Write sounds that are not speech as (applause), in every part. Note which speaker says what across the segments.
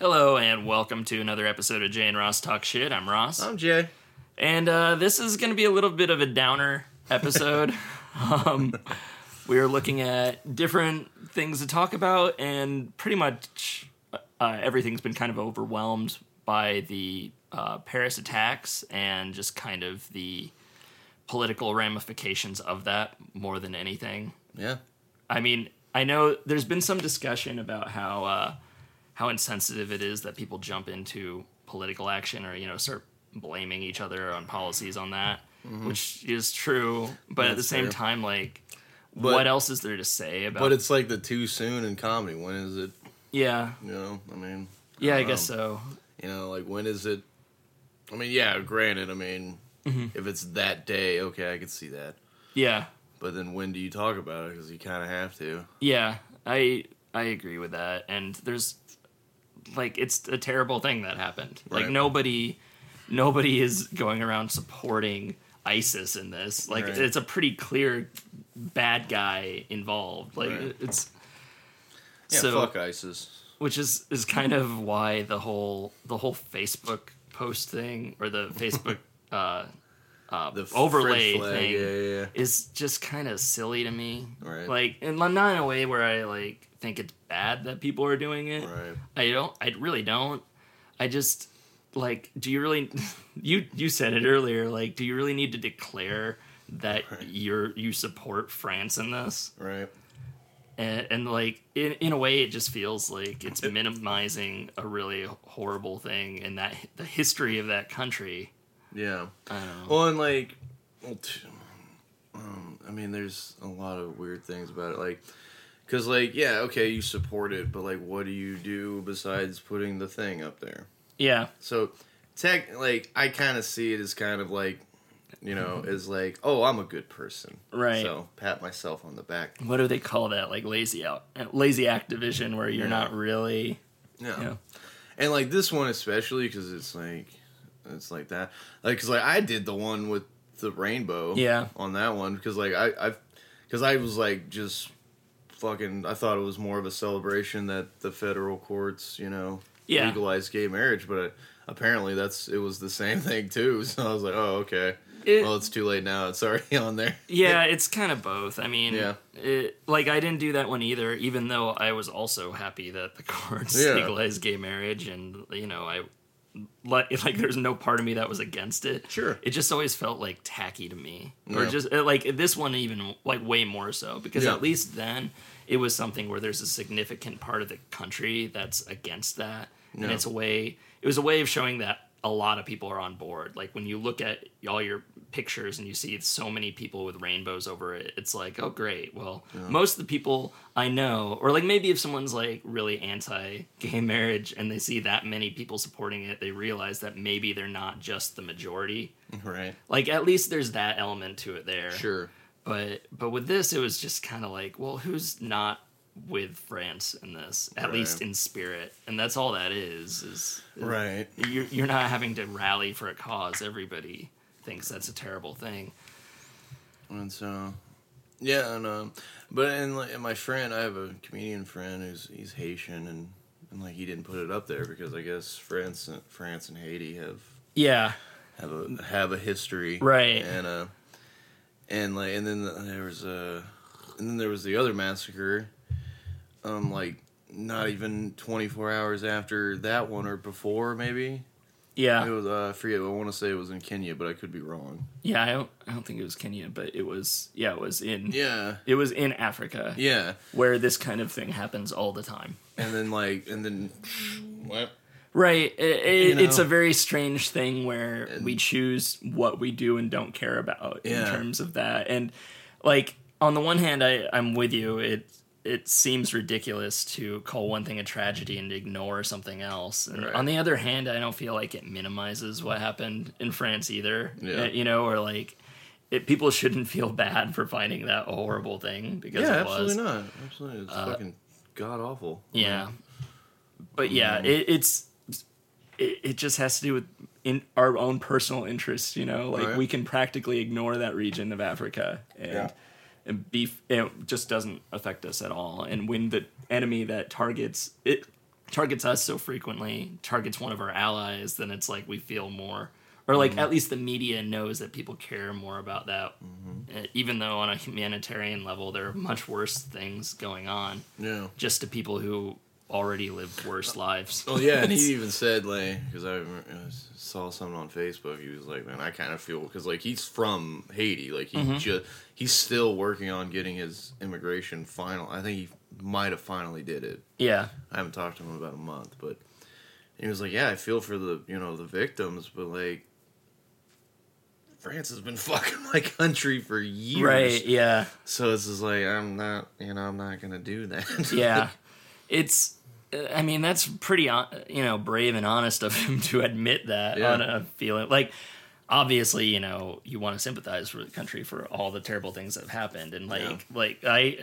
Speaker 1: Hello and welcome to another episode of Jay and Ross Talk Shit. I'm Ross,
Speaker 2: I'm Jay.
Speaker 1: and uh, this is going to be a little bit of a downer episode. um, we are looking at different things to talk about, and pretty much uh, everything's been kind of overwhelmed by the uh, Paris attacks and just kind of the political ramifications of that more than anything.
Speaker 2: Yeah.
Speaker 1: I mean, I know there's been some discussion about how uh, how insensitive it is that people jump into political action or you know start blaming each other on policies on that, which is true. But at the
Speaker 2: Mm-hmm. That's
Speaker 1: same
Speaker 2: fair.
Speaker 1: time, like,
Speaker 2: But-
Speaker 1: what else is there to say about?
Speaker 2: But it's like the too soon in comedy. When is it,
Speaker 1: yeah,
Speaker 2: you know? I mean,
Speaker 1: yeah, I
Speaker 2: Um,
Speaker 1: guess so.
Speaker 2: you know, like when is it? I mean, yeah, granted, I mean, if it's that day, okay, I could see that.
Speaker 1: Yeah,
Speaker 2: But then when do you talk about it? Because you kind of have to.
Speaker 1: yeah, I I agree with that. And there's like it's a terrible thing that happened. Like
Speaker 2: Right.
Speaker 1: nobody nobody is going around supporting ISIS in this. Like
Speaker 2: Right.
Speaker 1: it's a pretty clear bad guy involved. Like
Speaker 2: Right.
Speaker 1: it's
Speaker 2: Yeah,
Speaker 1: so
Speaker 2: fuck ISIS.
Speaker 1: which is is kind of why the whole the whole Facebook post thing or the Facebook uh
Speaker 2: The f-
Speaker 1: overlay
Speaker 2: French flag,
Speaker 1: thing
Speaker 2: Yeah, (laughs) yeah, yeah.
Speaker 1: is just kind of silly to me.
Speaker 2: Right.
Speaker 1: Like, and not in a way where I like think it's bad that people are doing it.
Speaker 2: Right.
Speaker 1: I don't. I really don't. I just like. Do you really? (laughs) You you said it earlier. Like, do you really need to declare that
Speaker 2: Right.
Speaker 1: you're you support France in this?
Speaker 2: Right.
Speaker 1: And, and like in in a way, it just feels like it's minimizing a really horrible thing in that the history of that country.
Speaker 2: Yeah.
Speaker 1: I don't know.
Speaker 2: Well, and like, well, t- um, I mean, there's a lot of weird things about it. Like, because, like, yeah, okay, you support it, but, like, what do you do besides putting the thing up there?
Speaker 1: Yeah.
Speaker 2: So, tech, like, I kind of see it as kind of like, you know, as like, oh, I'm a good person.
Speaker 1: Right.
Speaker 2: So, pat myself on the back.
Speaker 1: what do they call that? Like lazy out, lazy Activision, where you're
Speaker 2: Yeah.
Speaker 1: not really.
Speaker 2: Yeah.
Speaker 1: Yeah.
Speaker 2: And, like, this one especially, because it's like, it's like that. Like, because, like, I did the one with the rainbow.
Speaker 1: Yeah.
Speaker 2: on that one because like I I because I was like just fucking I thought it was more of a celebration that the federal courts you know
Speaker 1: Yeah.
Speaker 2: legalized gay marriage, but uh, apparently that's it was the (laughs) same thing too. So I was like, oh okay,
Speaker 1: It-
Speaker 2: well it's too late now. It's already (laughs) on there.
Speaker 1: Yeah, it's kind of both. I mean,
Speaker 2: Yeah.
Speaker 1: it, like I didn't do that one either, even though I was also happy that the (laughs) courts
Speaker 2: Yeah.
Speaker 1: legalized gay marriage, and you know, I like (laughs) like there's no part of me that was against it.
Speaker 2: Sure.
Speaker 1: it just always felt like tacky to me, or
Speaker 2: Yeah.
Speaker 1: just uh, like this one even like way more so because
Speaker 2: Yeah.
Speaker 1: at least then it was something where there's a significant part of the country that's against that, and
Speaker 2: Yeah.
Speaker 1: it's a way it was a way of showing that a lot of people are on board. Like when you look at all your pictures and you see so many people with rainbows over it, it's like, oh great. Well, most of the people I know, or like maybe if someone's like really anti-gay (laughs) marriage and they see that many people supporting it, they realize that maybe they're not just the majority.
Speaker 2: right.
Speaker 1: Like at least there's that element to it there.
Speaker 2: Sure.
Speaker 1: But but with this, it was just kind of like, well, who's not with France in this? At
Speaker 2: Right.
Speaker 1: least in spirit, and that's all that is. Is, is
Speaker 2: Right.
Speaker 1: you're, you're not having to rally for a cause. Everybody thinks that's a terrible thing.
Speaker 2: And so, yeah, and um, but and like and my friend, I have a comedian friend who's he's Haitian and. And like he didn't put it up there because I guess France, and France and Haiti have
Speaker 1: Yeah.
Speaker 2: have a have a history,
Speaker 1: Right.
Speaker 2: And uh, and like, and then there was a, and then there was the other massacre, um, like not even twenty four hours after that one or before maybe it
Speaker 1: Yeah.
Speaker 2: was uh, I forget. I want to say it was in Kenya, but I could be wrong.
Speaker 1: Yeah. I don't, I don't think it was Kenya, but it was, yeah, it was in,
Speaker 2: Yeah,
Speaker 1: it was in Africa
Speaker 2: yeah,
Speaker 1: where this kind of thing happens all the time.
Speaker 2: and then like, and then what?
Speaker 1: Right. I- I-
Speaker 2: You
Speaker 1: It's
Speaker 2: know?
Speaker 1: a very strange thing where we choose what we do and don't care about in
Speaker 2: Yeah.
Speaker 1: terms of that. And like on the one hand, I, I'm with you. It it seems ridiculous to call one thing a tragedy and ignore something else. And
Speaker 2: Right.
Speaker 1: on the other hand, I don't feel like it minimizes what happened in France either.
Speaker 2: Yeah.
Speaker 1: Uh, You know, or like it, people shouldn't feel bad for finding that a horrible thing because
Speaker 2: Yeah,
Speaker 1: it was. Uh,
Speaker 2: absolutely not. Absolutely, it's fucking god awful.
Speaker 1: Yeah. But yeah, it, it's it, it just has to do with in our own personal interests, you know. Like
Speaker 2: Right.
Speaker 1: we can practically ignore that region of Africa and
Speaker 2: Yeah.
Speaker 1: and beef it just doesn't affect us at all. And when the enemy that targets it targets us so frequently, targets one of our allies, then it's like we feel more, or
Speaker 2: Mm-hmm.
Speaker 1: like at least the media knows that people care more about that,
Speaker 2: Mm-hmm.
Speaker 1: Uh, even though on a humanitarian level there are much worse things going on,
Speaker 2: Yeah.
Speaker 1: just to people who already live worse lives.
Speaker 2: Well, Oh, (laughs) yeah, and he
Speaker 1: (laughs)
Speaker 2: even said like because I remember- I saw something on Facebook. He was like, "Man, I kind of feel because like he's from Haiti. Like he
Speaker 1: Mm-hmm.
Speaker 2: just he's still working on getting his immigration final. I think he might have finally did it.
Speaker 1: yeah,
Speaker 2: I haven't talked to him in about a month, but he was like, "Yeah, I feel for the you know the victims, but like." France has been (laughs) fucking my country for years,
Speaker 1: right, yeah.
Speaker 2: so it's just like I'm not, you know, I'm not gonna do that. (laughs)
Speaker 1: yeah it's uh, i mean that's pretty hon- you know brave and honest of him (laughs) to admit that
Speaker 2: Yeah.
Speaker 1: on a feeling like obviously you know you want to sympathize for the country for all the terrible things that have happened and like
Speaker 2: Yeah.
Speaker 1: like i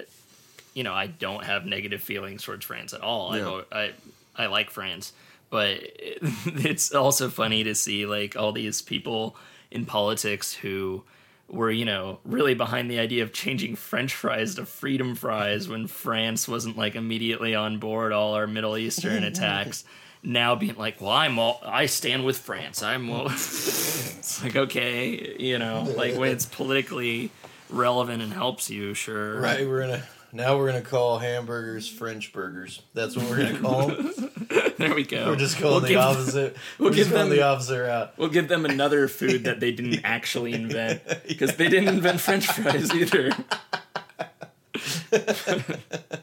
Speaker 1: you know i don't have negative feelings towards france at all
Speaker 2: Yeah.
Speaker 1: I, I i like france but (laughs) it- it's also funny to see like all these people in politics who were you know really behind the idea of changing french fries to freedom fries when france wasn't like immediately on board all our middle
Speaker 2: (laughs)
Speaker 1: eastern attacks now being like well i'm all i stand with france i'm all (laughs) it's like okay you know like when it's politically relevant and helps you sure
Speaker 2: Right, we're gonna now we're gonna call hamburgers French burgers. That's what we're gonna
Speaker 1: (laughs)
Speaker 2: call them.
Speaker 1: there we go
Speaker 3: We're just calling the
Speaker 1: give-
Speaker 3: opposite. We're
Speaker 1: we'll
Speaker 3: just
Speaker 1: give
Speaker 3: calling
Speaker 1: them-
Speaker 3: the officer out.
Speaker 1: (laughs) We'll give them another food that they
Speaker 3: (laughs)
Speaker 1: didn't (laughs) actually invent because they didn't invent French fries either.
Speaker 3: (laughs)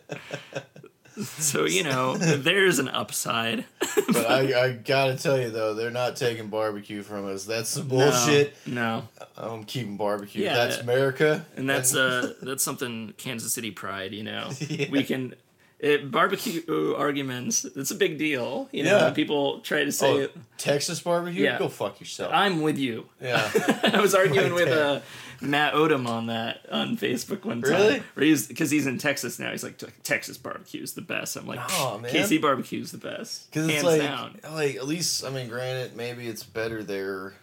Speaker 1: so you know, there's an upside.
Speaker 3: But I, I gotta tell you though, they're not taking barbecue from us. That's some bullshit.
Speaker 1: Um, No, no.
Speaker 3: I'm keeping barbecue.
Speaker 1: Yeah.
Speaker 3: that's America.
Speaker 1: and that's uh that's something Kansas City pride. You know,
Speaker 3: (laughs) Yeah.
Speaker 1: we can. It, barbecue arguments, it's a big deal. You know,
Speaker 3: Yeah.
Speaker 1: when people try to say,
Speaker 3: Oh, Texas barbecue.
Speaker 1: uh, Yeah.
Speaker 3: Go fuck yourself.
Speaker 1: I'm with you. (laughs)
Speaker 3: yeah.
Speaker 1: I was arguing
Speaker 3: Right
Speaker 1: with
Speaker 3: there.
Speaker 1: uh, Matt Odom on that on Facebook one time.
Speaker 3: Really?
Speaker 1: Where he's because he's in Texas now. He's like "Te- Texas barbecue is the best. I'm like,
Speaker 3: No, Oh, man.
Speaker 1: KC barbecue is the best.
Speaker 3: Because
Speaker 1: Hands
Speaker 3: it's like,
Speaker 1: down.
Speaker 3: like at least I mean, granted, maybe it's better there.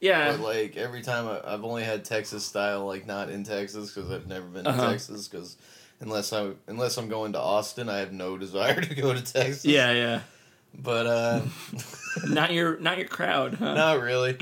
Speaker 1: Yeah.
Speaker 3: But like every time I, I've only had Texas style, like not in Texas because I've never been
Speaker 1: Uh-huh.
Speaker 3: to Texas because unless I unless I'm going to Austin, I have no (laughs) desire to go to Texas.
Speaker 1: yeah, yeah.
Speaker 3: But
Speaker 2: (laughs)
Speaker 3: uh,
Speaker 1: Not your not your crowd, huh?
Speaker 3: not really.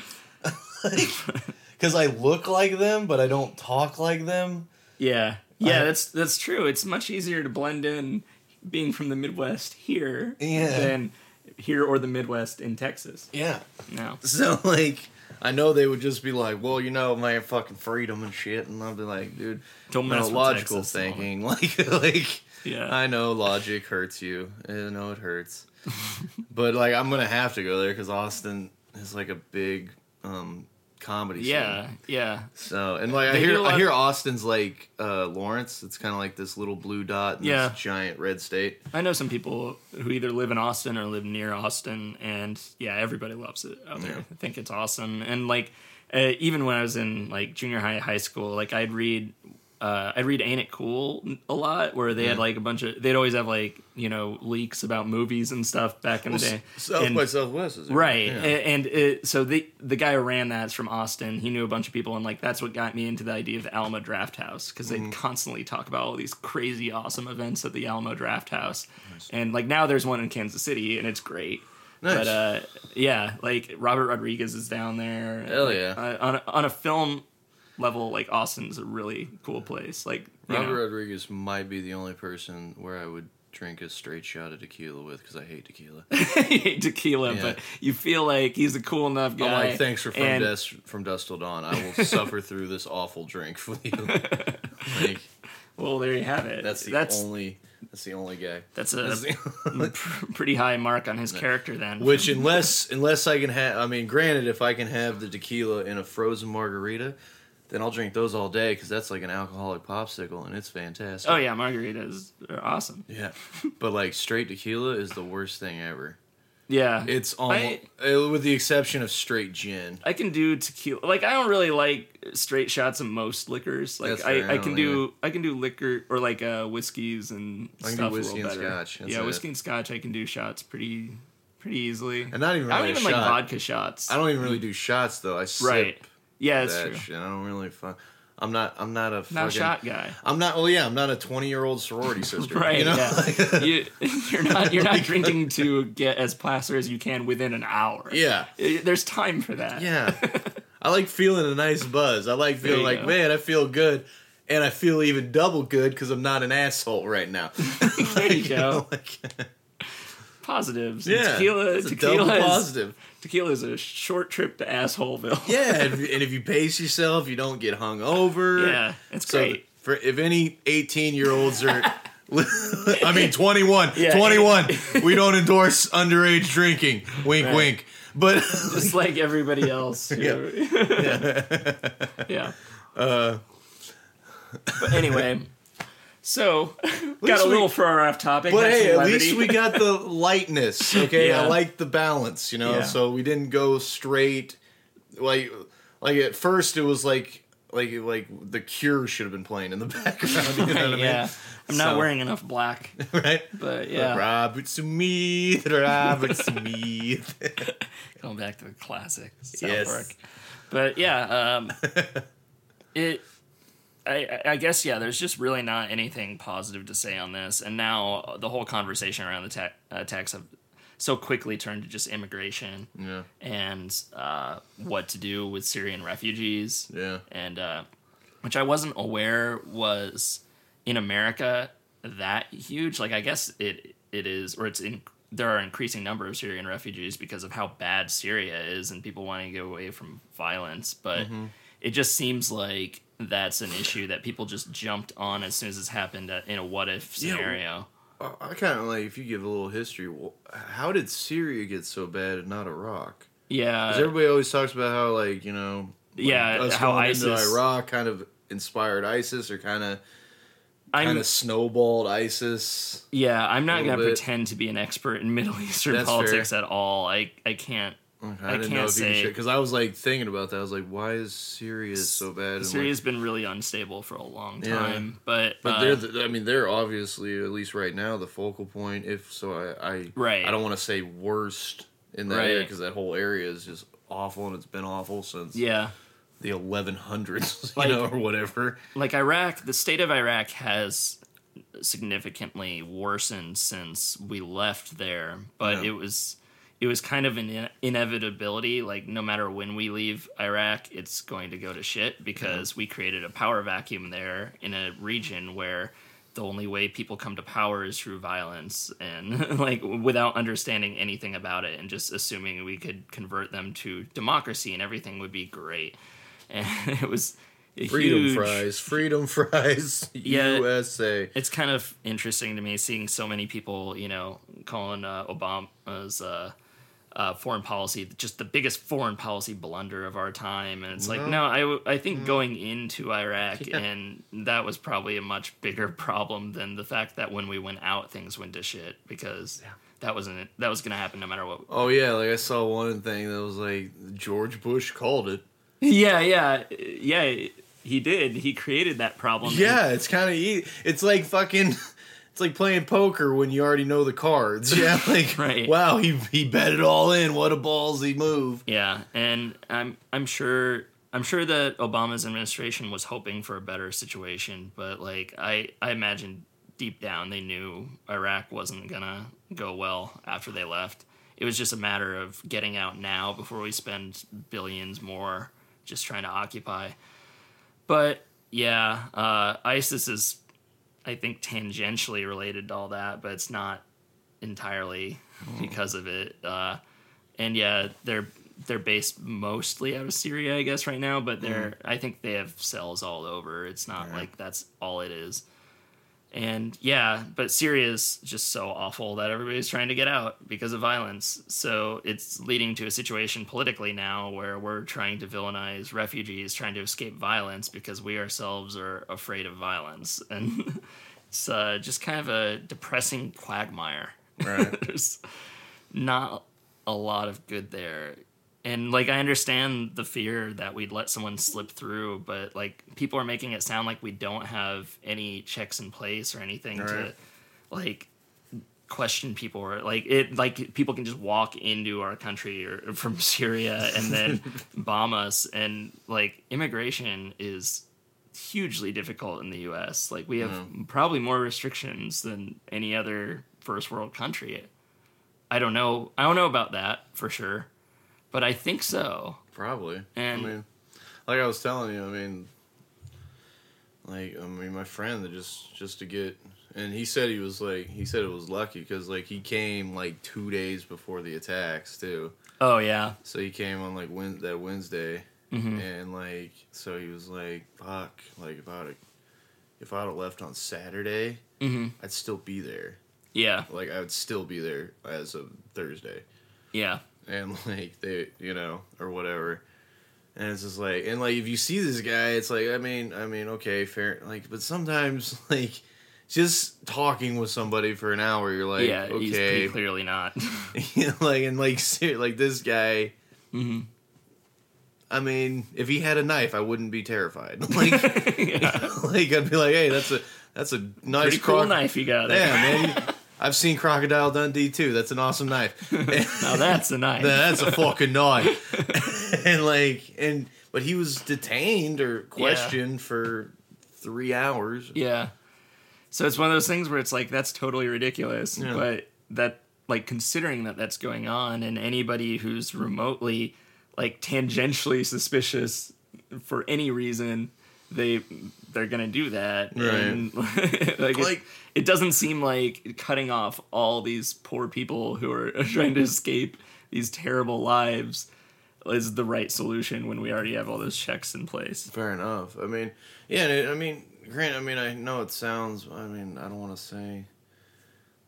Speaker 3: (laughs)
Speaker 2: (laughs)
Speaker 3: Because I look like them, but I don't talk like them.
Speaker 1: Yeah. Yeah,
Speaker 3: I-
Speaker 1: that's that's true. It's much easier to blend in being from the Midwest here
Speaker 3: Yeah.
Speaker 1: than here or the Midwest in Texas.
Speaker 3: Yeah.
Speaker 1: No.
Speaker 2: so (laughs) like I know they would just be like, Well, you know, man, fucking freedom and shit and I'd be like, dude,
Speaker 1: Don't
Speaker 2: no,
Speaker 1: mess with
Speaker 2: logical
Speaker 1: Texas, Mama.
Speaker 2: thinking. (laughs) Like like
Speaker 1: Yeah.
Speaker 2: I know logic hurts you. I know
Speaker 1: (laughs)
Speaker 2: it hurts. but like I'm gonna have to go there because Austin is like a big um comedy scene.
Speaker 1: yeah, yeah.
Speaker 2: So and like I
Speaker 1: They do
Speaker 2: hear
Speaker 1: a
Speaker 2: I
Speaker 1: lot-
Speaker 2: hear Austin's like uh Lawrence. It's kinda like this little blue dot in
Speaker 1: Yeah.
Speaker 2: this giant red state.
Speaker 1: I know some people who either live in Austin or live near Austin, and yeah, everybody loves it out there.
Speaker 2: Yeah.
Speaker 1: I think it's awesome. And like, uh, even when I was in like junior high, high school, like I'd read, uh, I'd read Ain't It Cool a lot, where they had like a bunch of, they'd always have like you know leaks about movies and stuff back in the day.
Speaker 2: South
Speaker 1: And-
Speaker 2: by Southwest is
Speaker 1: Right,
Speaker 2: Yeah.
Speaker 1: A- and it, so the the guy who ran that's from Austin. He knew a bunch of people, and like that's what got me into the idea of the Alamo Draft House because they
Speaker 2: Mm-hmm.
Speaker 1: constantly talk about all these crazy, awesome events at the Alamo Draft House, and like now there's one in Kansas City, and it's great. But
Speaker 2: Nice.
Speaker 1: uh, yeah, like Robert Rodriguez is down there.
Speaker 2: Hell
Speaker 1: Like,
Speaker 2: yeah.
Speaker 1: uh, on a, on a film level, like Austin's a really cool place. Like you
Speaker 2: Robert
Speaker 1: know. (laughs)
Speaker 2: Rodriguez might be the only person where I would drink a straight shot of tequila with because I hate tequila.
Speaker 1: tequila,
Speaker 2: Yeah.
Speaker 1: but you feel like he's a cool enough guy.
Speaker 2: I'm like, thanks for from
Speaker 1: and-
Speaker 2: dusk from dusk till dawn. I will suffer through this awful drink with you.
Speaker 1: (laughs)
Speaker 2: like
Speaker 1: Well, there you have it.
Speaker 2: that's the
Speaker 1: that's
Speaker 2: only that's the only guy.
Speaker 1: That's a
Speaker 2: (laughs) That's the-
Speaker 1: pr- pretty high mark on his character then.
Speaker 2: Which unless unless I can have, I mean, granted, if I can have the tequila in a frozen margarita, then I'll drink those all day because that's like an alcoholic popsicle and it's fantastic.
Speaker 1: oh yeah, margaritas are awesome.
Speaker 2: yeah. But like straight tequila is the worst thing ever.
Speaker 1: Yeah,
Speaker 2: It's almost, with the exception of straight gin.
Speaker 1: I can do tequila. Like I don't really like straight shots of most liquors. Like
Speaker 2: That's fair,
Speaker 1: I,
Speaker 2: I
Speaker 1: I
Speaker 2: don't
Speaker 1: can do I can do liquor or like uh, whiskeys and
Speaker 2: can do
Speaker 1: stuff
Speaker 2: whiskey
Speaker 1: a little
Speaker 2: and
Speaker 1: better.
Speaker 2: scotch, that's
Speaker 1: Yeah,
Speaker 2: it.
Speaker 1: whiskey and scotch. I can do shots pretty pretty easily.
Speaker 2: And not even
Speaker 1: I don't
Speaker 2: really a
Speaker 1: even like
Speaker 2: shot.
Speaker 1: vodka shots.
Speaker 2: I don't even really do shots though. I sip
Speaker 1: right. Yeah, that's
Speaker 2: that
Speaker 1: true.
Speaker 2: shit. I don't really fuck. I'm not. I'm not a
Speaker 1: Not
Speaker 2: fucking.
Speaker 1: shot guy.
Speaker 2: I'm not. Well, yeah, I'm not a 20 year
Speaker 1: (laughs)
Speaker 2: old sorority sister.
Speaker 1: Right.
Speaker 2: You know? (laughs)
Speaker 1: Yeah. you, (laughs) you're not you're not drinking to get as plaster as you can within an hour.
Speaker 2: yeah.
Speaker 1: I- There's time for that.
Speaker 2: Yeah. I like feeling a nice buzz. I like feeling
Speaker 1: you
Speaker 2: like,
Speaker 1: go.
Speaker 2: man, I feel good. And I feel even double good because I'm not an asshole right now.
Speaker 1: (laughs)
Speaker 2: (laughs)
Speaker 1: There you go.
Speaker 2: like,
Speaker 1: Positives. And
Speaker 2: yeah.
Speaker 1: Tequila.
Speaker 2: It's a double
Speaker 1: Tequila is,
Speaker 2: positive.
Speaker 1: tequila is a short trip to assholeville.
Speaker 2: Yeah. And if, and if you pace yourself, you don't get hung over.
Speaker 1: (laughs) Yeah, it's
Speaker 2: So
Speaker 1: great.
Speaker 2: for if any 18 year olds are,
Speaker 1: (laughs)
Speaker 2: (laughs) I mean 21,
Speaker 1: Yeah.
Speaker 2: 21, we don't endorse underage drinking. Wink,
Speaker 1: Right.
Speaker 2: wink. But
Speaker 1: Just like
Speaker 2: (laughs)
Speaker 1: everybody else.
Speaker 2: Yeah. (laughs) Uh,
Speaker 1: yeah. but
Speaker 2: (laughs)
Speaker 1: anyway, so got
Speaker 2: least
Speaker 1: a
Speaker 2: we-
Speaker 1: little far off topic.
Speaker 2: But
Speaker 1: had
Speaker 2: hey,
Speaker 1: some
Speaker 2: at
Speaker 1: levity.
Speaker 2: least
Speaker 1: (laughs)
Speaker 2: we got the lightness. Okay, I
Speaker 1: Yeah.
Speaker 2: like the balance. You know,
Speaker 1: Yeah.
Speaker 2: so we didn't go straight. Like, like at first it was like, like, like the Cure should have been playing in the (laughs) background. You know what I mean?
Speaker 1: yeah. I'm not
Speaker 2: So-
Speaker 1: wearing enough black,
Speaker 2: (laughs) Right.
Speaker 1: but yeah.
Speaker 2: Robert (laughs) Smith, Robert (laughs) Smith.
Speaker 1: Going back to the classic South
Speaker 2: Yes.
Speaker 1: Park. But yeah, um, it. I, I guess yeah. There's just really not anything positive to say on this, and now the whole conversation around the ta- uh, tax have so quickly turned to just immigration
Speaker 2: yeah,
Speaker 1: and uh, what to do with Syrian refugees,
Speaker 2: yeah,
Speaker 1: and uh, which I wasn't aware was in America that huge. Like I guess it it is, or it's in there are increasing number of Syrian refugees because of how bad Syria is and people wanting to get away from violence. But
Speaker 2: Mm-hmm.
Speaker 1: it just seems like that's an issue that people just jumped on as soon as this happened uh, in a what if
Speaker 2: Yeah, w-
Speaker 1: scenario.
Speaker 2: I- I kind of like if you give a little history. wh- How did Syria get so bad and not Iraq?
Speaker 1: yeah,
Speaker 2: Because everybody always talks about how like you know like,
Speaker 1: Uh, Yeah,
Speaker 2: us
Speaker 1: how
Speaker 2: going into
Speaker 1: ISIS-
Speaker 2: Iraq kind of inspired ISIS or kind of
Speaker 1: I'm
Speaker 2: kind of snowballed ISIS.
Speaker 1: Yeah, I'm not
Speaker 2: little
Speaker 1: going to
Speaker 2: bit.
Speaker 1: pretend to be an expert in (laughs) Middle Eastern
Speaker 2: That's
Speaker 1: politics at all. I I can't.
Speaker 2: I, didn't know
Speaker 1: can't
Speaker 2: if you
Speaker 1: say.
Speaker 2: could because I was like thinking about that. I was like, why is Syria so bad? And,
Speaker 1: Syria's been really unstable for a long
Speaker 2: Yeah.
Speaker 1: time, but
Speaker 2: like, but
Speaker 1: uh,
Speaker 2: they're the, I mean they're obviously at least right now the focal point. If so, I I,
Speaker 1: Right.
Speaker 2: I don't want to say worst in that
Speaker 1: Right.
Speaker 2: area because that whole area is just awful and it's been awful since
Speaker 1: yeah,
Speaker 2: the 1100s,
Speaker 1: Like-
Speaker 2: (laughs) you know, or whatever.
Speaker 1: like Iraq. The state of Iraq has significantly worsened since we left there, but it
Speaker 2: Yeah.
Speaker 1: was it was kind of an in- inevitability. Like no matter when we leave Iraq, it's going to go to shit because we created a power vacuum there in a region where the only way people come to power is through violence and (laughs) like without understanding anything about it and just assuming we could convert them to democracy and everything would be great. (laughs) And it was a
Speaker 2: Freedom
Speaker 1: huge,
Speaker 2: fries, freedom (laughs) fries,
Speaker 1: Yeah.
Speaker 2: USA.
Speaker 1: it's kind of interesting to me seeing so many people, you know, calling uh, Obama's uh, uh, foreign policy just the biggest foreign policy blunder of our time. And it's like, no, I, w- I think going into Iraq, and that was probably a much bigger problem than the fact that when we went out, things went to shit because that wasn't that was going to happen no matter what.
Speaker 2: Oh yeah, like I saw one thing that was like George Bush called it.
Speaker 1: Yeah, yeah, yeah. He did. He created that problem.
Speaker 2: Yeah, it's kind of e- it's like fucking (laughs) it's like playing poker when you already know the cards. (laughs) Yeah, like
Speaker 1: Right.
Speaker 2: wow, he he bet it all in. What a ballsy move.
Speaker 1: Yeah, and I'm I'm sure I'm sure that Obama's administration was hoping for a better situation, but like I I imagine deep down they knew Iraq wasn't gonna go well after they left. It was just a matter of getting out now before we spend billions more just trying to occupy. But yeah, uh, ISIS is I think tangentially related to all that, but it's not entirely because of it. Uh, and yeah, they're they're based mostly out of Syria, I guess, right now. But they're I think they have cells all over. It's not like that's all it is. And yeah, but Syria is just so awful that everybody's trying to get out because of violence. So it's leading to a situation politically now where we're trying to villainize refugees trying to escape violence because we ourselves are afraid of violence. (laughs) And it's uh, just kind of a depressing quagmire. (laughs)
Speaker 2: Right.
Speaker 1: There's not a lot of good there. And like I understand the fear that we'd let someone slip through, but like people are making it sound like we don't have any checks in place or anything to
Speaker 2: Right.
Speaker 1: like question people or like it like people can just walk into our country or (laughs) from Syria and then bomb us and like immigration is hugely difficult in the U.S. Like we have probably more restrictions than any other first world country. I don't know. I don't know about that for sure, but I think so. (laughs)
Speaker 2: Probably.
Speaker 1: And-
Speaker 2: I mean, like I was telling you, I mean, like I mean, my friend that just just to get, and he said he was like he said it was lucky because like he came like two days before the attacks too,
Speaker 1: Oh yeah,
Speaker 2: so he came on like Wed that Wednesday,
Speaker 1: Mm-hmm.
Speaker 2: and like so he was like fuck like if I'd if I'd have left on Saturday,
Speaker 1: hmm
Speaker 2: I'd still be there.
Speaker 1: yeah,
Speaker 2: Like I would still be there as of Thursday
Speaker 1: yeah,
Speaker 2: and (laughs) like they you know or whatever and it's just like and like if you see this guy it's like i mean i mean okay fair like but sometimes (laughs) like just talking with somebody for an hour you're like
Speaker 1: yeah. He's pretty
Speaker 2: okay
Speaker 1: clearly not. (laughs)
Speaker 2: (laughs) like and like ser- like this guy
Speaker 1: Mhm.
Speaker 2: i mean if he had a knife i wouldn't be terrified (laughs) like
Speaker 1: yeah.
Speaker 2: like i'd be like hey that's a that's a nice
Speaker 1: Pretty cool
Speaker 2: croc-
Speaker 1: knife you got
Speaker 2: yeah
Speaker 1: there.
Speaker 2: man i've seen crocodile dundee too that's an awesome knife (laughs)
Speaker 1: Now that's a knife.
Speaker 2: Nah, that's a fucking knife. (laughs) and like, and but he was detained or questioned for three hours.
Speaker 1: Yeah. So it's one of those things where it's like that's totally ridiculous,
Speaker 2: Yeah.
Speaker 1: but that like considering that that's going on and anybody who's remotely like tangentially suspicious for any reason, they they're going to do that.
Speaker 2: Right.
Speaker 1: And, (laughs) like,
Speaker 2: Like-
Speaker 1: it, it doesn't seem like cutting off all these poor people who are (laughs) trying to escape these terrible lives is the right solution when we already have all those checks in place.
Speaker 2: Fair enough. I mean, yeah. and it- I mean, Grant. I mean, I know it sounds. I mean, I don't want to say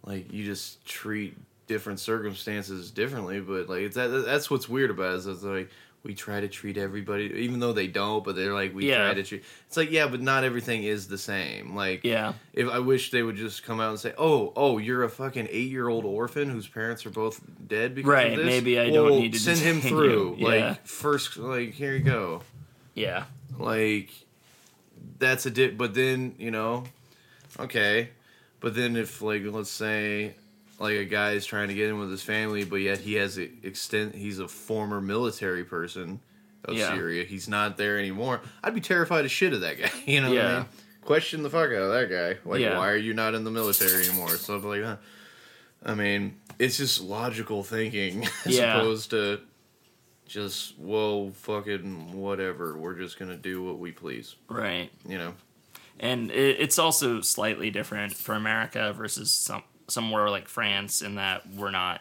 Speaker 2: like you just treat different circumstances differently, but like it's that. That's what's weird about it. Is it's like we try to treat everybody, even though they don't. But they're like we
Speaker 1: Yeah.
Speaker 2: try to treat. It's like yeah, but not everything is the same. Like
Speaker 1: Yeah.
Speaker 2: If I wish they would just come out and say, "Oh, oh, you're a fucking eight-year-old orphan whose parents are both dead because
Speaker 1: Right,
Speaker 2: of this."
Speaker 1: maybe I
Speaker 2: Well,
Speaker 1: don't need to (laughs)
Speaker 2: send him
Speaker 1: detain you.
Speaker 2: through.
Speaker 1: Yeah.
Speaker 2: Like first, like here you go.
Speaker 1: Yeah.
Speaker 2: Like that's a dip. But then you know, okay. But then if like let's say like a guy is trying to get in with his family, but yet he has a extent. He's a former military person of
Speaker 1: Yeah.
Speaker 2: Syria. He's not there anymore. I'd be terrified as shit of that (laughs) guy. You know what I
Speaker 1: Yeah.
Speaker 2: mean? Question the fuck out of that guy. Like,
Speaker 1: Yeah.
Speaker 2: why are you not in the military anymore? Stuff like that. I mean, it's just logical thinking (laughs) as
Speaker 1: Yeah.
Speaker 2: opposed to just whoa, fucking whatever. We're just gonna do what we please.
Speaker 1: Right.
Speaker 2: You know?
Speaker 1: and it, it's also slightly different for America versus some somewhere like France in that we're not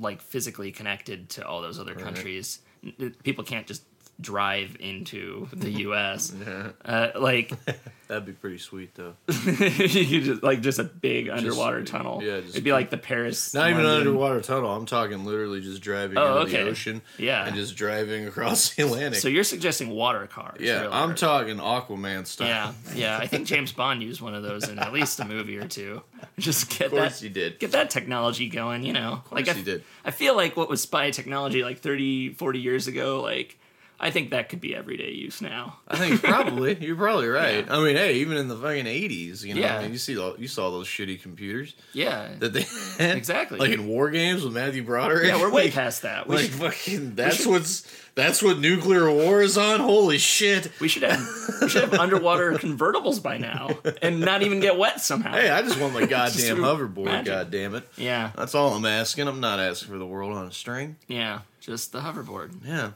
Speaker 1: like physically connected to all those other countries. N- n- People can't just drive
Speaker 2: (laughs)
Speaker 1: into the U.S. uh, like
Speaker 2: (laughs)
Speaker 1: (laughs)
Speaker 2: That'd be pretty sweet though.
Speaker 1: you could just like just a big underwater tunnel.
Speaker 2: yeah, just-
Speaker 1: it'd be like the Paris.
Speaker 2: Not even an
Speaker 1: London-
Speaker 2: underwater tunnel. I'm talking literally just driving
Speaker 1: Oh,
Speaker 2: into
Speaker 1: okay.
Speaker 2: the ocean.
Speaker 1: Yeah.
Speaker 2: And just driving across the Atlantic.
Speaker 1: So you're suggesting water cars?
Speaker 2: yeah,
Speaker 1: really,
Speaker 2: I'm
Speaker 1: right?
Speaker 2: talking Aquaman style.
Speaker 1: Yeah, yeah. I think James Bond used one of those in at least a movie or two. Just get
Speaker 2: Of course
Speaker 1: that
Speaker 2: you did.
Speaker 1: get that technology going, you know. Of
Speaker 2: course
Speaker 1: like I,
Speaker 2: you did.
Speaker 1: I feel like what was spy technology like 30, 40 years ago, like I think that could be everyday use now.
Speaker 2: (laughs) I think probably you're probably right. I mean, hey, even in the fucking eighties, you know,
Speaker 1: Yeah.
Speaker 2: I mean, you see, all- you saw those shitty computers
Speaker 1: Yeah.
Speaker 2: that they (laughs) had,
Speaker 1: Exactly.
Speaker 2: like in war games with Matthew Broderick.
Speaker 1: yeah, we're way
Speaker 2: (laughs) Like-
Speaker 1: past that. We,
Speaker 2: Like
Speaker 1: should,
Speaker 2: fucking, that's what's that's what nuclear war is on. Holy shit!
Speaker 1: we should have we
Speaker 2: (laughs)
Speaker 1: should have underwater convertibles by now and not even get wet somehow.
Speaker 2: Hey, I just
Speaker 1: (laughs)
Speaker 2: want my
Speaker 1: Just
Speaker 2: goddamn
Speaker 1: through
Speaker 2: hoverboard.
Speaker 1: magic.
Speaker 2: God damn it!
Speaker 1: Yeah.
Speaker 2: That's all I'm asking. I'm not asking for the world on a string.
Speaker 1: Yeah. Just the hoverboard.
Speaker 2: Yeah,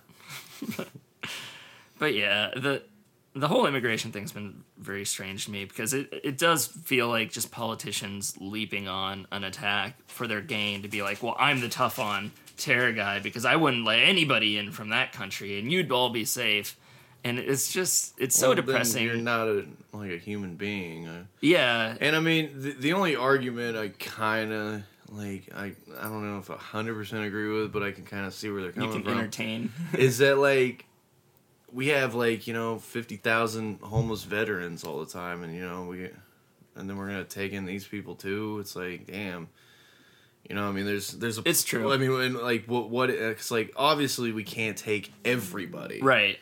Speaker 1: But yeah, the the whole immigration thing's been very strange to me because it it does feel like just politicians leaping on an attack for their gain to be like, well, I'm the tough on terror guy because I wouldn't let anybody in from that country and you'd all be safe. And it's just it's so
Speaker 2: Well, then You're
Speaker 1: depressing.
Speaker 2: not a like a human being. Uh,
Speaker 1: yeah.
Speaker 2: And I mean, the, the only argument I kind of like, I I don't know if I hundred percent agree with, but I can kind of see where they're
Speaker 1: You
Speaker 2: coming
Speaker 1: can
Speaker 2: from.
Speaker 1: entertain.
Speaker 2: is that like we have like you know fifty thousand homeless veterans all the time, and you know we, and then we're gonna take in these people too. It's like damn. You know, I mean, there's, there's a.
Speaker 1: It's true.
Speaker 2: I mean, and like, what, what? It's like obviously we can't take everybody,
Speaker 1: right.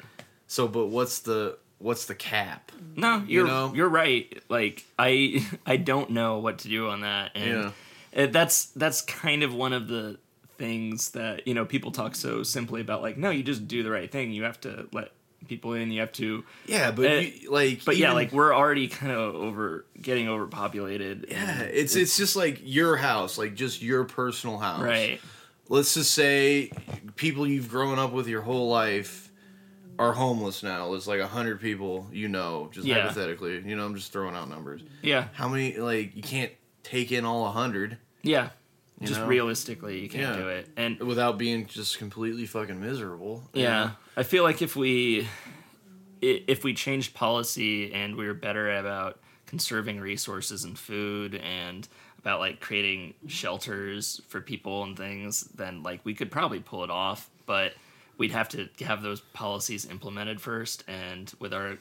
Speaker 2: So, but what's the, what's the cap?
Speaker 1: No, you're you
Speaker 2: know?
Speaker 1: are right. Like I (laughs) I don't know what to do on that, and it- that's that's kind of one of the things that you know people talk so simply about. Like, no, you just do the right thing. You have to let people in. You have to,
Speaker 2: Yeah, but
Speaker 1: Uh,
Speaker 2: you, like,
Speaker 1: but yeah,
Speaker 2: even-
Speaker 1: like we're already kind of over getting overpopulated.
Speaker 2: yeah, it's it's just like your house, like just your personal house,
Speaker 1: right.
Speaker 2: Let's just say people you've grown up with your whole life are homeless now. There's like a hundred people you know, just
Speaker 1: Yeah.
Speaker 2: hypothetically. You know, I'm just throwing out numbers.
Speaker 1: Yeah,
Speaker 2: How many? Like, you can't take in all a hundred
Speaker 1: yeah.
Speaker 2: You
Speaker 1: Just
Speaker 2: know?
Speaker 1: realistically, you can't
Speaker 2: Yeah.
Speaker 1: do it. And
Speaker 2: without being just completely fucking miserable. you
Speaker 1: Yeah,
Speaker 2: know?
Speaker 1: I feel like if we i- if we changed policy and we were better about conserving resources and food and about like creating shelters for people and things, then like we could probably pull it off, but we'd have to have those policies implemented first and with our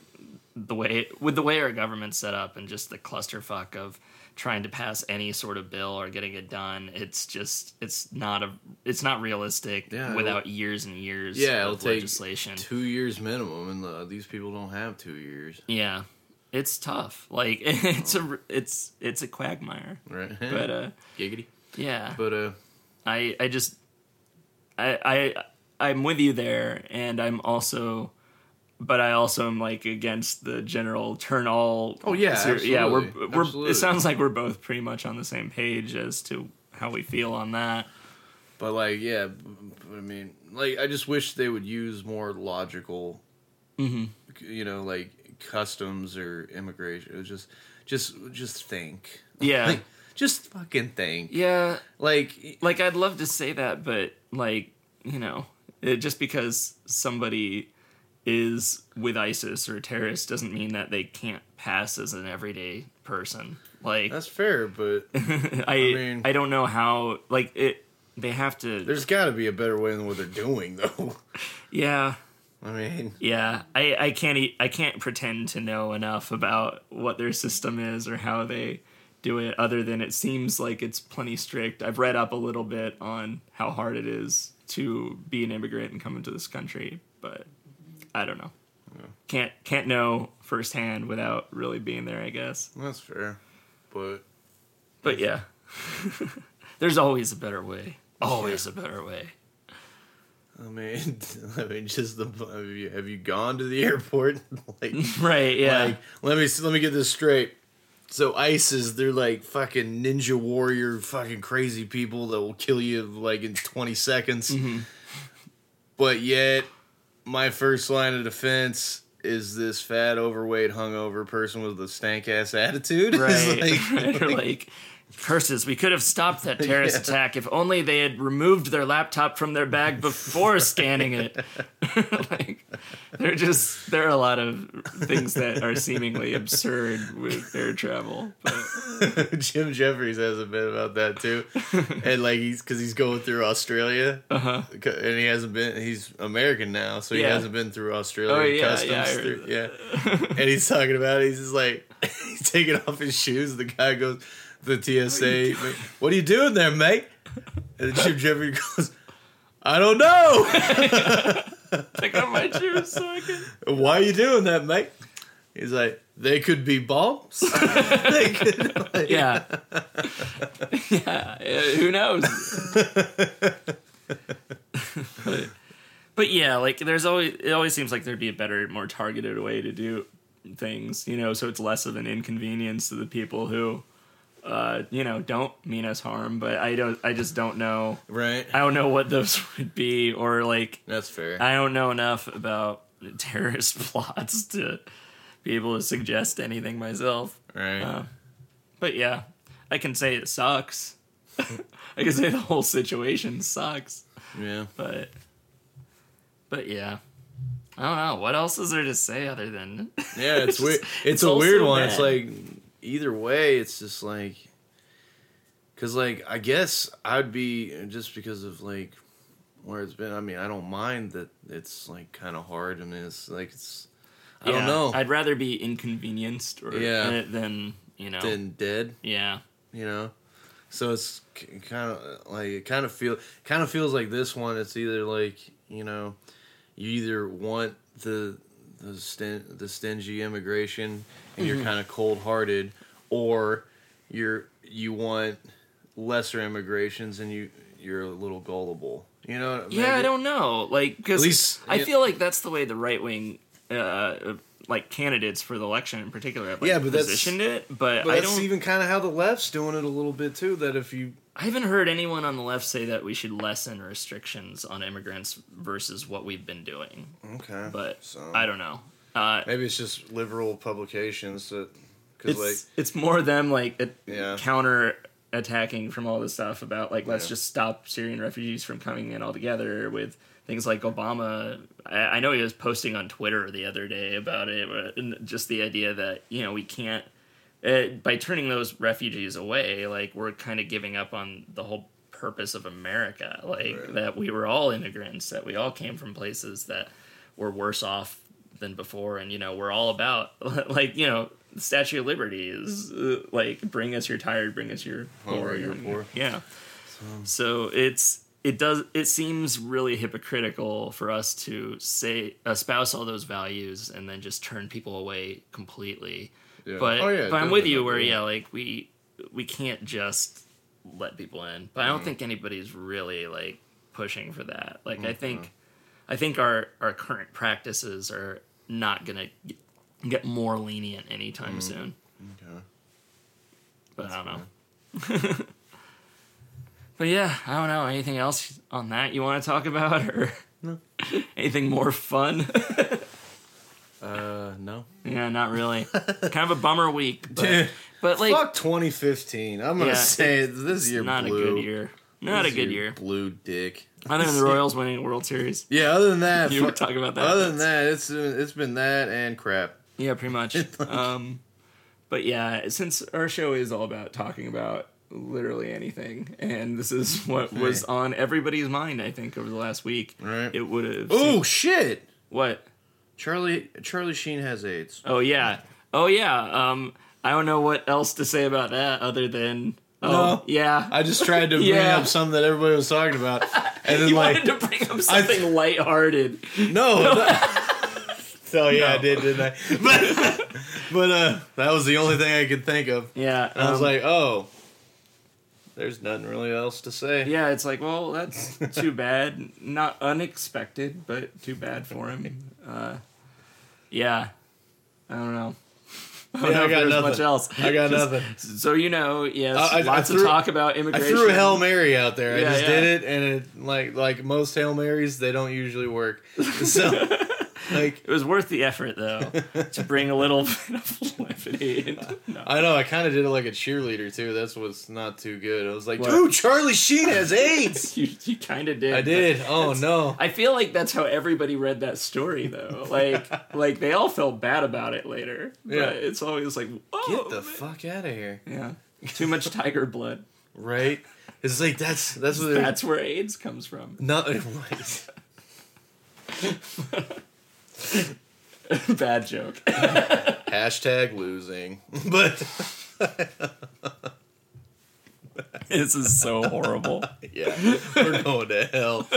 Speaker 1: the way with the way our government's set up and just the clusterfuck of trying to pass any sort of bill or getting it done it's just it's not a it's not realistic
Speaker 2: Yeah, it'll-
Speaker 1: without years and years
Speaker 2: Yeah, it'll
Speaker 1: of
Speaker 2: take
Speaker 1: legislation.
Speaker 2: Two years minimum, and uh these people don't have two years,
Speaker 1: yeah. It's tough. Like (laughs) it's a it's it's a quagmire.
Speaker 2: right?
Speaker 1: But uh
Speaker 2: (laughs) giggity.
Speaker 1: yeah.
Speaker 2: But uh,
Speaker 1: I I just I I I'm with you there and I'm also but I also am like against the general turn all.
Speaker 2: Oh, yeah,
Speaker 1: ser- yeah. We're
Speaker 2: absolutely,
Speaker 1: we're
Speaker 2: absolutely.
Speaker 1: it sounds like we're both pretty much on the same page as to how we feel on that.
Speaker 2: But like, yeah, b- b- I mean, like, I just wish they would use more logical, you know, like customs or immigration. It was just, just, just think.
Speaker 1: Yeah.
Speaker 2: Like, just fucking think.
Speaker 1: Yeah,
Speaker 2: Like,
Speaker 1: like I'd love to say that, but like you know, it, just because somebody is with ISIS or a terrorist doesn't mean that they can't pass as an everyday person. Like
Speaker 2: that's fair, but
Speaker 1: (laughs) I, I,
Speaker 2: mean-
Speaker 1: don't know how like it. They have to.
Speaker 2: there's got to be a better way than what they're doing, though. (laughs)
Speaker 1: yeah,
Speaker 2: I mean,
Speaker 1: yeah. I I can't e- I can't pretend to know enough about what their system is or how they do it. Other than it seems like it's plenty strict. I've read up a little bit on how hard it is to be an immigrant and come into this country, but I don't know. Can't can't know firsthand without really being there. I guess.
Speaker 2: that's fair, but
Speaker 1: But yeah, (laughs) there's always a better way. Always a better way.
Speaker 2: I mean, (laughs) I mean, just the have you, have you gone to the airport? (laughs) like,
Speaker 1: Right, yeah.
Speaker 2: like, let me s- let me get this straight. So ISIS, they're like fucking ninja warrior, fucking crazy people that will kill you like in twenty seconds.
Speaker 1: Mm-hmm.
Speaker 2: But yet, my first line of defense is this fat, overweight, hungover person with a stank ass attitude. (laughs) It's
Speaker 1: right. (laughs) Right,
Speaker 2: like-
Speaker 1: or like, curses, we could have stopped that terrorist
Speaker 2: Yeah.
Speaker 1: attack if only they had removed their laptop from their bag before scanning it. (laughs) like, they're just, there are a lot of things that are seemingly absurd with air travel. But
Speaker 2: (laughs) Jim Jeffries has a bit about that
Speaker 1: (laughs)
Speaker 2: too, and like he's because he's going through Australia, uh-huh. and he hasn't been. He's American now, so he
Speaker 1: Yeah.
Speaker 2: hasn't been through Australia
Speaker 1: Oh, yeah,
Speaker 2: customs.
Speaker 1: yeah, I heard
Speaker 2: through- yeah. and he's talking about it. He's
Speaker 1: (laughs)
Speaker 2: just like (laughs) he's taking off his shoes. The guy goes, the TSA, "What are you, doing there, mate?" And Jim Jeffries (laughs) goes, "I don't know. (laughs)
Speaker 1: take off my shoes so I can.
Speaker 2: Why are you doing that, mate?" He's like, "They could
Speaker 1: (laughs)
Speaker 2: be bombs." They could, like-
Speaker 1: Yeah. (laughs) yeah. uh, Who knows? but, but yeah, like there's always it always seems like there'd be a better, more targeted way to do things, you know, so it's less of an inconvenience to the people who uh, you know, don't mean us harm, but I don't I just don't know
Speaker 2: right.
Speaker 1: I don't know what those (laughs) would be or like
Speaker 2: That's fair.
Speaker 1: I don't know enough about terrorist (laughs) plots to be able to suggest anything myself.
Speaker 2: right.
Speaker 1: Uh, But yeah, I can say it sucks. (laughs) I can say the whole situation sucks.
Speaker 2: yeah.
Speaker 1: But but yeah. I don't know. What else is there to say other than (laughs)
Speaker 2: Yeah, it's
Speaker 1: It's
Speaker 2: weird.
Speaker 1: just-
Speaker 2: It's,
Speaker 1: it's
Speaker 2: a
Speaker 1: all
Speaker 2: weird
Speaker 1: so
Speaker 2: one. It's
Speaker 1: bad.
Speaker 2: like either way, it's just like because like I guess I'd be just because of like where it's been. I mean, I don't mind that it's like kind of hard. I mean, it's like it's I
Speaker 1: Yeah,
Speaker 2: don't know.
Speaker 1: I'd rather be inconvenienced or
Speaker 2: Yeah.
Speaker 1: than you know.
Speaker 2: than dead,
Speaker 1: yeah.
Speaker 2: you know. So it's kind of like it kind of feel kind of feels like this one. It's either like you know, you either want the the stin- the stingy immigration and you're
Speaker 1: Mm-hmm.
Speaker 2: kind of cold hearted, or you're you want lesser immigrations and you you're a little gullible. You know?
Speaker 1: Yeah, I
Speaker 2: maybe-
Speaker 1: don't know. Like cuz
Speaker 2: At least-
Speaker 1: I
Speaker 2: yeah.
Speaker 1: feel like that's the way the right wing uh, like candidates for the election in particular. Have, like,
Speaker 2: Yeah, but that's-
Speaker 1: positioned it, but,
Speaker 2: But
Speaker 1: I
Speaker 2: that's
Speaker 1: don't.
Speaker 2: even kind of how the left's doing it a little bit too. That if you
Speaker 1: I haven't heard anyone on the left say that we should lessen restrictions on immigrants versus what we've been doing.
Speaker 2: okay,
Speaker 1: But
Speaker 2: So-
Speaker 1: I don't know. Uh,
Speaker 2: maybe it's just liberal publications that because
Speaker 1: it's
Speaker 2: like
Speaker 1: it's more them like a,
Speaker 2: Yeah.
Speaker 1: counter attacking from all this stuff about like let's
Speaker 2: Yeah.
Speaker 1: just stop Syrian refugees from coming in altogether with things like Obama. I, I know he was posting on Twitter the other day about it, but- and just the idea that you know we can't uh, by turning those refugees away, like we're kind of giving up on the whole purpose of America, like
Speaker 2: Right.
Speaker 1: that we were all immigrants, that we all came from places that were worse off than before, and you know we're all about (laughs) like you know the Statue of Liberty is uh, like bring us your tired, bring us your poor,
Speaker 2: Hungry, you're poor.
Speaker 1: yeah. So it's it does it seems really hypocritical for us to say espouse all those values and then just turn people away completely.
Speaker 2: Yeah.
Speaker 1: But,
Speaker 2: Oh, yeah,
Speaker 1: but I'm with you
Speaker 2: definitely.
Speaker 1: where yeah, like we we can't just let people in. But I
Speaker 2: Mm-hmm.
Speaker 1: don't think anybody's really like pushing for that. Like I think
Speaker 2: Mm-hmm.
Speaker 1: I think our our current practices are not going to get more lenient anytime
Speaker 2: Mm-hmm.
Speaker 1: soon.
Speaker 2: okay.
Speaker 1: But I don't know. (laughs) but yeah, I don't know. Anything else on that you want to talk about or (laughs) anything more fun? (laughs)
Speaker 2: uh (laughs) no
Speaker 1: yeah, not really.
Speaker 2: (laughs)
Speaker 1: kind of a bummer week. But,
Speaker 2: Dude,
Speaker 1: but like
Speaker 2: fuck 2015. I'm gonna
Speaker 1: Yeah,
Speaker 2: say it. this year
Speaker 1: not
Speaker 2: blew.
Speaker 1: a good year. Not
Speaker 2: This
Speaker 1: a good year.
Speaker 2: Blue dick.
Speaker 3: (laughs)
Speaker 1: Other than the Royals winning a World Series.
Speaker 2: Yeah, other than
Speaker 1: (laughs)
Speaker 2: that,
Speaker 1: You were
Speaker 2: fuck-
Speaker 1: talking about that.
Speaker 2: Other than that, it's it's been that and crap.
Speaker 1: Yeah,
Speaker 3: (laughs)
Speaker 1: pretty much. um, but yeah, since our show is all about talking about literally anything, and this is what was on everybody's mind, I think, over the last week,
Speaker 2: Right.
Speaker 1: it would have.
Speaker 2: Oh shit!
Speaker 1: What?
Speaker 2: Charlie Charlie Sheen has AIDS.
Speaker 1: Oh yeah. Oh yeah. Um, I don't know what else to say about that other than. Oh
Speaker 3: No.
Speaker 1: yeah.
Speaker 3: I just tried
Speaker 1: (laughs)
Speaker 3: to bring
Speaker 1: Yeah.
Speaker 3: up something that everybody was talking
Speaker 1: (laughs)
Speaker 3: about, and then
Speaker 1: you
Speaker 3: like,
Speaker 1: wanted to bring up something lighthearted. (laughs)
Speaker 3: no. (laughs) so yeah, I did, didn't I? (laughs) But, but uh, that was the only thing I could think of.
Speaker 1: Yeah.
Speaker 3: And I was
Speaker 1: um,
Speaker 3: like, oh, there's nothing really else to say.
Speaker 1: Yeah, it's like,
Speaker 3: (laughs)
Speaker 1: well, that's too bad. Not unexpected, but too bad for him. Uh, yeah, I don't know. I don't
Speaker 3: Yeah,
Speaker 1: know
Speaker 3: I
Speaker 1: if
Speaker 3: got
Speaker 1: there's
Speaker 3: nothing.
Speaker 1: much else.
Speaker 3: I got
Speaker 1: Just-
Speaker 3: nothing.
Speaker 1: So you know, yes,
Speaker 3: I- I- I
Speaker 1: lots
Speaker 3: threw-
Speaker 1: of talk about
Speaker 3: I
Speaker 1: immigration.
Speaker 3: threw a Hail Mary out there.
Speaker 1: Yeah,
Speaker 3: I just
Speaker 1: yeah.
Speaker 3: did it, and it like like most Hail Marys, they don't usually
Speaker 1: (laughs)
Speaker 3: work. So like
Speaker 1: It was worth the effort,
Speaker 3: (laughs)
Speaker 1: though, to bring a little (laughs) bit of levity. (laughs) into- No.
Speaker 3: I know I kind of did it like a cheerleader too. That's what's not too good. I was like,
Speaker 1: What?
Speaker 3: dude, Charlie Sheen has
Speaker 1: (laughs)
Speaker 3: AIDS.
Speaker 1: You, you kind of did.
Speaker 3: I
Speaker 1: but-
Speaker 3: did. Oh no.
Speaker 1: I feel like that's how everybody read that story, though.
Speaker 3: (laughs)
Speaker 1: Like, like they all felt bad about it later. But
Speaker 3: Yeah.
Speaker 1: it's always like, whoa,
Speaker 3: Get the
Speaker 1: Oh, man.
Speaker 3: fuck out of here.
Speaker 1: Yeah. Too much tiger blood.
Speaker 3: Right? It's like that's that's what they're
Speaker 1: That's where AIDS comes from. (laughs)
Speaker 3: not right.
Speaker 1: Bad joke. (laughs)
Speaker 3: hashtag losing. (laughs) But
Speaker 1: this is so horrible.
Speaker 3: yeah, we're going to
Speaker 1: (laughs)
Speaker 3: hell.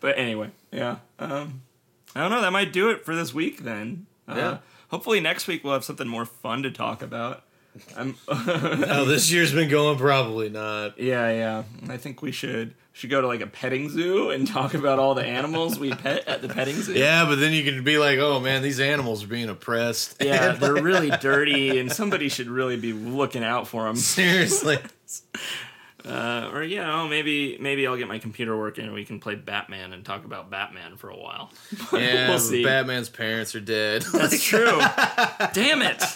Speaker 1: But anyway, yeah. Um, I don't know. That might do it for this week then. Uh,
Speaker 3: Yeah.
Speaker 1: Hopefully next week we'll have something more fun to talk about. I'm, (laughs) yeah,
Speaker 3: How this year's been going? Probably not.
Speaker 1: yeah. I think we should should go to like a petting zoo and talk about all the animals we pet at the petting zoo.
Speaker 3: Yeah, but then you can be like, oh man, these animals are being oppressed.
Speaker 1: Yeah, (laughs) they're really dirty, and somebody should really be looking out for them.
Speaker 3: (laughs) Seriously.
Speaker 1: Uh, or yeah, oh, maybe maybe I'll get my computer working and we can play Batman and talk about Batman for a while.
Speaker 3: Yeah,
Speaker 1: (laughs) We'll see.
Speaker 3: Batman's parents are dead.
Speaker 1: That's true. Damn it! (laughs)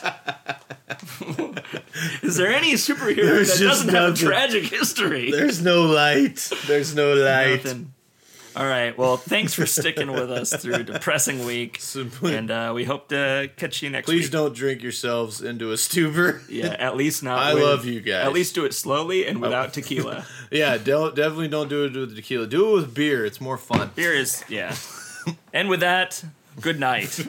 Speaker 1: Is there any superhero
Speaker 3: There's
Speaker 1: that
Speaker 3: just
Speaker 1: doesn't have a
Speaker 3: nothing.
Speaker 1: tragic history?
Speaker 3: (laughs) There's no light. There's no light.
Speaker 1: Nothing. All right. Well, thanks for sticking with us through a depressing week,
Speaker 3: Simply-
Speaker 1: and uh, we hope to catch you next
Speaker 3: (laughs) Please
Speaker 1: week.
Speaker 3: don't drink yourselves into a
Speaker 1: (laughs)
Speaker 3: stupor.
Speaker 1: Yeah, at least not.
Speaker 3: I
Speaker 1: with-
Speaker 3: love you guys. Oh.
Speaker 1: At least do it slowly and without tequila.
Speaker 3: yeah, don't definitely don't do it with tequila. Do it (laughs) with beer. It's more fun.
Speaker 1: Beer is yeah. And with that, good night.